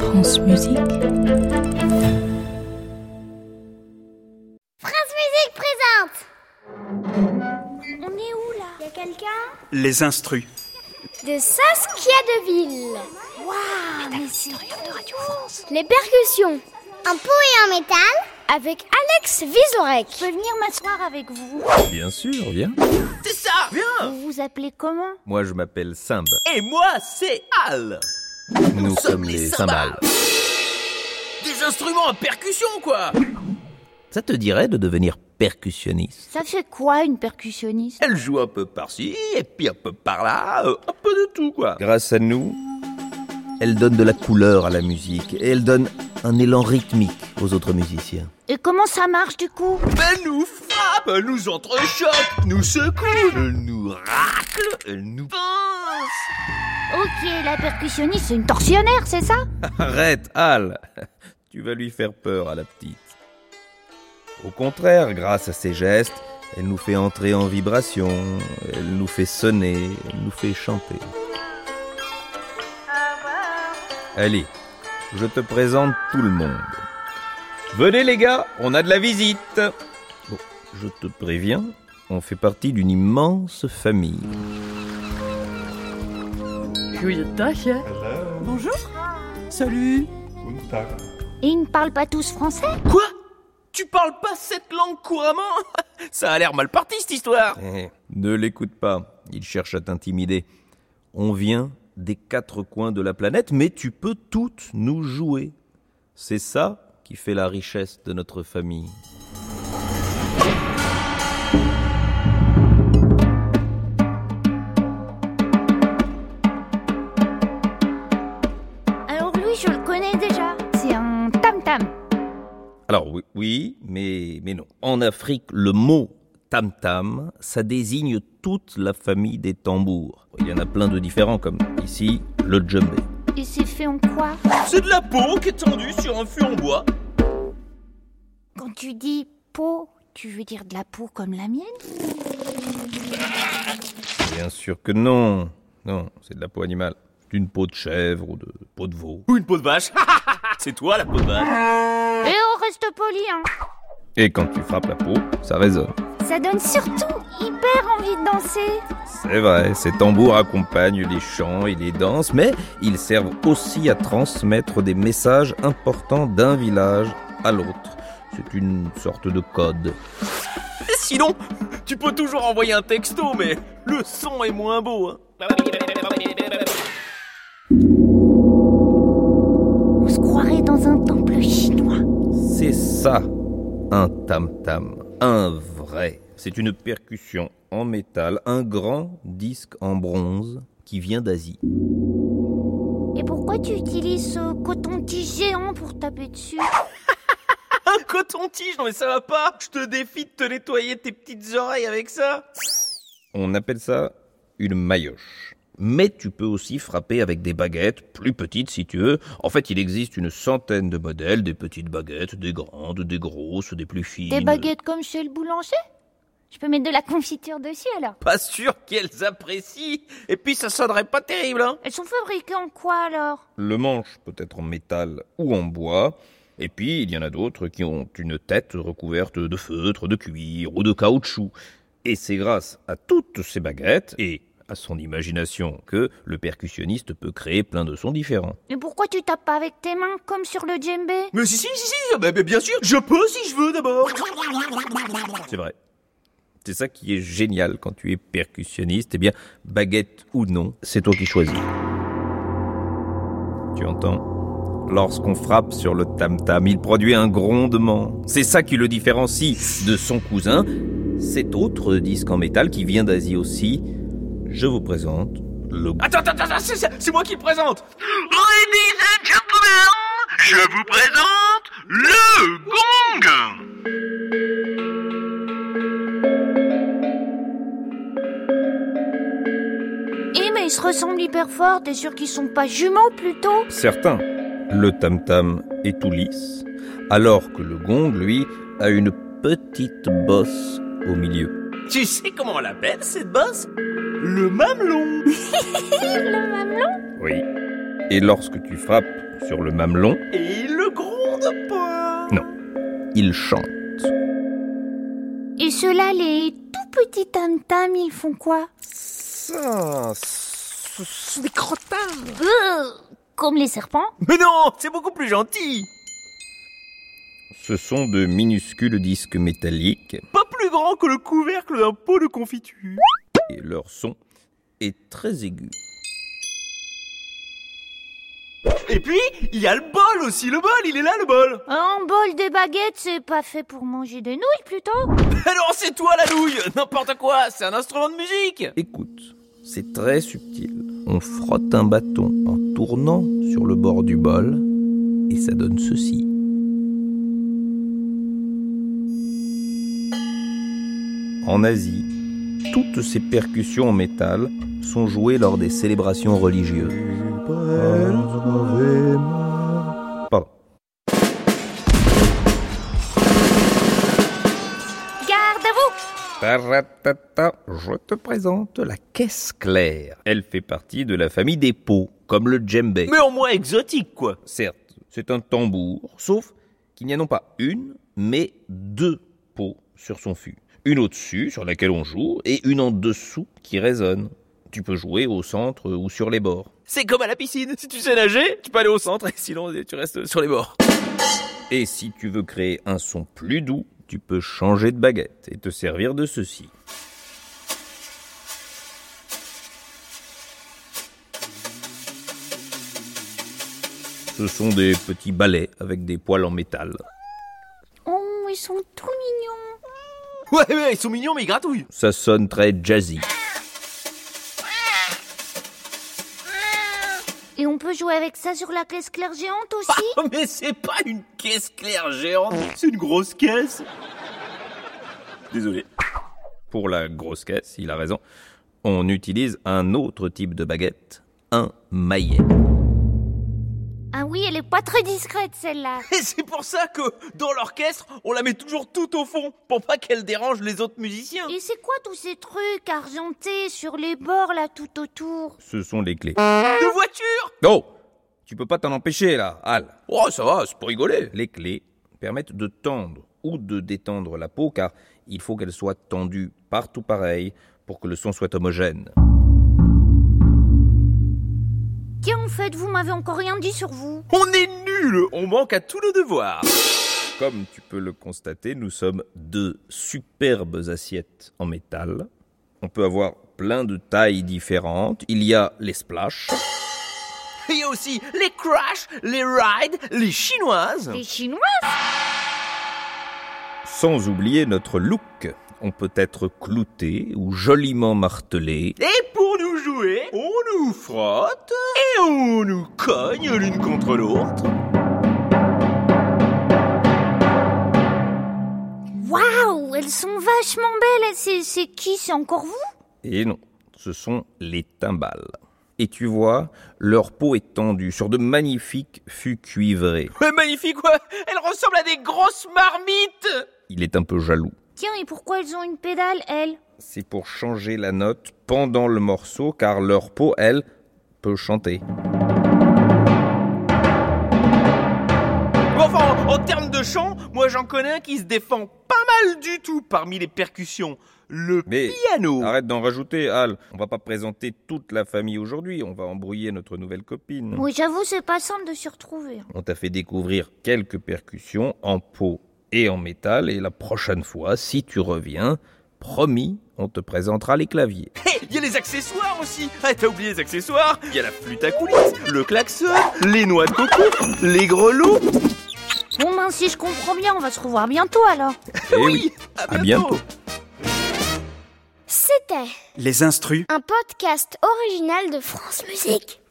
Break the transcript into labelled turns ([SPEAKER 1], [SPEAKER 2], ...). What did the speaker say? [SPEAKER 1] France Musique.
[SPEAKER 2] France Musique présente On est où là Y a quelqu'un
[SPEAKER 3] Les instruits.
[SPEAKER 2] De Saskia Deville Waouh Mais c'est de Radio France Les percussions En peau et en métal Avec Alex Vizorek Je peux venir m'asseoir avec vous
[SPEAKER 4] Bien sûr, viens.
[SPEAKER 2] Vous vous appelez comment
[SPEAKER 4] Moi, je m'appelle Simb.
[SPEAKER 5] Et moi, c'est Al
[SPEAKER 4] Nous, sommes les cymbales.
[SPEAKER 5] Des instruments à percussion, quoi
[SPEAKER 4] Ça te dirait de devenir percussionniste
[SPEAKER 2] Ça fait quoi une percussionniste
[SPEAKER 4] Elle joue un peu par-ci et puis un peu par-là.
[SPEAKER 5] euh, Un peu de tout, quoi
[SPEAKER 4] Grâce à nous, elle donne de la couleur à la musique et elle donne un élan rythmique aux autres musiciens.
[SPEAKER 2] Et comment ça marche du coup
[SPEAKER 5] Elle nous frappe, elle nous entrechoque, nous secoue,
[SPEAKER 4] Elle nous racle, elle nous...
[SPEAKER 2] Ok, la percussionniste c'est une torsionnaire, c'est ça
[SPEAKER 4] Arrête, Al Tu vas lui faire peur à la petite. Au contraire, grâce à ses gestes, elle nous fait entrer en vibration, elle nous fait sonner, elle nous fait chanter. Allez, je te présente tout le monde. Venez les gars, on a de la visite Bon, je te préviens, on fait partie d'une immense famille.
[SPEAKER 2] Et ils ne parlent pas tous français
[SPEAKER 5] Quoi Tu parles pas cette langue couramment Ça a l'air mal parti, cette histoire
[SPEAKER 4] Eh, ne l'écoute pas, il cherche à t'intimider. On vient des quatre coins de la planète, mais tu peux toutes nous jouer. C'est ça qui fait la richesse de notre famille.
[SPEAKER 2] Alors lui, je le connais déjà. C'est un tam-tam.
[SPEAKER 4] Alors oui, oui, mais, mais non. En Afrique, le mot tam-tam, ça désigne toute la famille des tambours. Il y en a plein de différents, comme ici, le djembé.
[SPEAKER 2] Et c'est fait en quoi
[SPEAKER 5] C'est de la peau qui est tendue sur un fût en bois.
[SPEAKER 2] Quand tu dis peau, tu veux dire de la peau comme la mienne
[SPEAKER 4] Bien sûr que non. Non, c'est de la peau animale. C'est D'une peau de chèvre ou de peau de veau.
[SPEAKER 5] Ou une peau de vache C'est toi, la peau de vache
[SPEAKER 2] Et on reste poli, hein
[SPEAKER 4] Et quand tu frappes la peau, ça résonne.
[SPEAKER 2] Ça donne surtout hyper envie de danser.
[SPEAKER 4] C'est vrai, ces tambours accompagnent les chants et les danses, mais ils servent aussi à transmettre des messages importants d'un village à l'autre. C'est une sorte de code.
[SPEAKER 5] Et Sinon, tu peux toujours envoyer un texto, mais le son est moins beau, hein
[SPEAKER 2] On se croirait dans un temple chinois.
[SPEAKER 4] C'est ça, un tam-tam, un vrai. C'est une percussion en métal, un grand disque en bronze qui vient d'Asie.
[SPEAKER 2] Et pourquoi tu utilises ce coton-tige géant pour taper dessus
[SPEAKER 5] Un coton-tige, non mais ça va pas Je te défie de te nettoyer tes petites oreilles avec ça
[SPEAKER 4] On appelle ça une maillotche. Mais tu peux aussi frapper avec des baguettes, plus petites si tu veux. En fait, il existe une centaine de modèles, des petites baguettes, des grandes, des grosses, des plus fines.
[SPEAKER 2] Des baguettes comme chez le boulanger Je peux mettre de la confiture dessus alors
[SPEAKER 5] Pas sûr qu'elles apprécient Et puis ça sonnerait pas terrible, hein
[SPEAKER 2] Elles sont fabriquées en quoi alors
[SPEAKER 4] Le manche peut être en métal ou en bois. Et puis, il y en a d'autres qui ont une tête recouverte de feutre, de cuir ou de caoutchouc. Et c'est grâce à toutes ces baguettes et à son imagination que le percussionniste peut créer plein de sons différents.
[SPEAKER 2] Et pourquoi tu tapes pas avec tes mains comme sur le djembé
[SPEAKER 5] Mais si, si, si, si, mais- mais bien sûr, je peux si je veux d'abord.
[SPEAKER 4] C'est vrai. C'est ça qui est génial quand tu es percussionniste. Eh bien, baguette ou non, c'est toi qui choisis. Tu entends Lorsqu'on frappe sur le tam-tam, il produit un grondement. C'est ça qui le différencie de son cousin, cet autre disque en métal qui vient d'Asie aussi. Je vous présente le...
[SPEAKER 5] Attends, attends, attends, attends, c'est- c'est c'est moi qui le présente.
[SPEAKER 6] Ladies and gentlemen, je vous présente le gong.
[SPEAKER 2] Eh mais ils se ressemblent hyper fort, t'es sûr qu'ils sont pas jumeaux plutôt
[SPEAKER 4] Certain, le tam-tam est tout lisse, alors que le gong, lui, a une petite bosse au milieu.
[SPEAKER 5] Tu sais comment on l'appelle cette bosse Le mamelon.
[SPEAKER 2] Le mamelon
[SPEAKER 4] Oui. Et lorsque tu frappes sur le mamelon,
[SPEAKER 5] Et il le gronde pas
[SPEAKER 4] il chante.
[SPEAKER 2] Et ceux-là, les tout petits tam-tams, ils font quoi
[SPEAKER 5] Ça, ce sont des crottards
[SPEAKER 2] Euh, Comme les serpents
[SPEAKER 5] Mais non, c'est beaucoup plus gentil
[SPEAKER 4] Ce sont de minuscules disques métalliques
[SPEAKER 5] Pas plus grand que le couvercle d'un pot de confiture
[SPEAKER 4] et leur son est très aigu.
[SPEAKER 5] Et puis, il y a le bol aussi, le bol, il est là le bol
[SPEAKER 2] Un bol de baguette, c'est pas fait pour manger des nouilles plutôt
[SPEAKER 5] Mais non, c'est toi la nouille N'importe quoi, c'est un instrument de musique
[SPEAKER 4] Écoute, c'est très subtil. On frotte un bâton en tournant sur le bord du bol et ça donne ceci. En Asie, toutes ces percussions en métal sont jouées lors des célébrations religieuses. Pardon.
[SPEAKER 2] Gardez-vous
[SPEAKER 4] Taratata, je te présente la caisse claire. Elle fait partie de la famille des pots, comme le djembé.
[SPEAKER 5] Mais au moins exotique, quoi
[SPEAKER 4] Certes, c'est un tambour, sauf qu'il n'y a non pas une, mais deux peaux sur son fût. Une au-dessus, sur laquelle on joue, et une en dessous qui résonne. Tu peux jouer au centre ou sur les bords.
[SPEAKER 5] C'est comme à la piscine, si tu sais nager, tu peux aller au centre, et sinon tu restes sur les bords
[SPEAKER 4] Et si tu veux créer un son plus doux, tu peux changer de baguette et te servir de ceci. Ce sont des petits balais avec des poils en métal.
[SPEAKER 2] Oh, ils sont tout mignons
[SPEAKER 5] Ouais, mais ils sont mignons, mais ils gratouillent
[SPEAKER 4] Ça sonne très jazzy.
[SPEAKER 2] Et on peut jouer avec ça sur la caisse claire géante aussi
[SPEAKER 5] Ah, mais c'est pas une caisse claire géante, c'est une grosse caisse. Désolé.
[SPEAKER 4] Pour la grosse caisse, il a raison, on utilise un autre type de baguette, un maillet.
[SPEAKER 2] Ah oui, elle est pas très discrète celle-là
[SPEAKER 5] Et c'est pour ça que dans l'orchestre, on la met toujours tout au fond pour pas qu'elle dérange les autres musiciens.
[SPEAKER 2] Et c'est quoi tous ces trucs argentés sur les bords là tout autour
[SPEAKER 4] Ce sont les clés.
[SPEAKER 5] De voiture
[SPEAKER 4] Oh Tu peux pas t'en empêcher là, Al.
[SPEAKER 5] Oh, ça va, c'est pour rigoler.
[SPEAKER 4] Les clés permettent de tendre ou de détendre la peau car il faut qu'elle soit tendue partout pareil pour que le son soit homogène.
[SPEAKER 2] Tiens, en fait, vous m'avez encore rien dit sur vous
[SPEAKER 5] On est nuls, on manque à tous nos devoirs.
[SPEAKER 4] Comme tu peux le constater, nous sommes deux superbes assiettes en métal. On peut avoir plein de tailles différentes. Il y a les splash,
[SPEAKER 5] Il y a aussi les crash, les rides, les chinoises.
[SPEAKER 2] Les Chinois
[SPEAKER 4] sans oublier notre look. On peut être clouté ou joliment martelé.
[SPEAKER 5] Et pour nous jouer, on nous frotte et on nous cogne l'une contre l'autre.
[SPEAKER 2] Waouh, elles sont vachement belles C'est, c'est qui C'est encore vous
[SPEAKER 4] Et non, ce sont les timbales. Et tu vois, leur peau est tendue sur de magnifiques fûts cuivrés.
[SPEAKER 5] Ouais, magnifique, ouais. Elles ressemblent à des grosses marmites.
[SPEAKER 4] Il est un peu jaloux.
[SPEAKER 2] Tiens, et pourquoi elles ont une pédale, elles
[SPEAKER 4] C'est pour changer la note pendant le morceau car leur peau, elle, peut chanter.
[SPEAKER 5] Mais Enfin, en, en termes de chant, moi j'en connais un qui se défend pas mal du tout parmi les percussions. Le
[SPEAKER 4] Mais-
[SPEAKER 5] piano.
[SPEAKER 4] Arrête d'en rajouter, Al. On va pas présenter toute la famille aujourd'hui, on va embrouiller notre nouvelle copine.
[SPEAKER 2] Moi, j'avoue, c'est pas simple de se retrouver.
[SPEAKER 4] On t'a fait découvrir quelques percussions en peau et en métal et la prochaine fois, si tu reviens, promis, on te présentera les claviers.
[SPEAKER 5] Hé, Il y a les accessoires aussi. Ah, t'as oublié les accessoires. Il y a la flûte à coulisses, le klaxon, les noix de coco, les grelots.
[SPEAKER 2] Bon, ben, si je comprends bien, on va se revoir bientôt alors.
[SPEAKER 4] Eh oui, à bientôt.
[SPEAKER 2] C'était
[SPEAKER 1] Les instrus.
[SPEAKER 2] un podcast original de France Musique.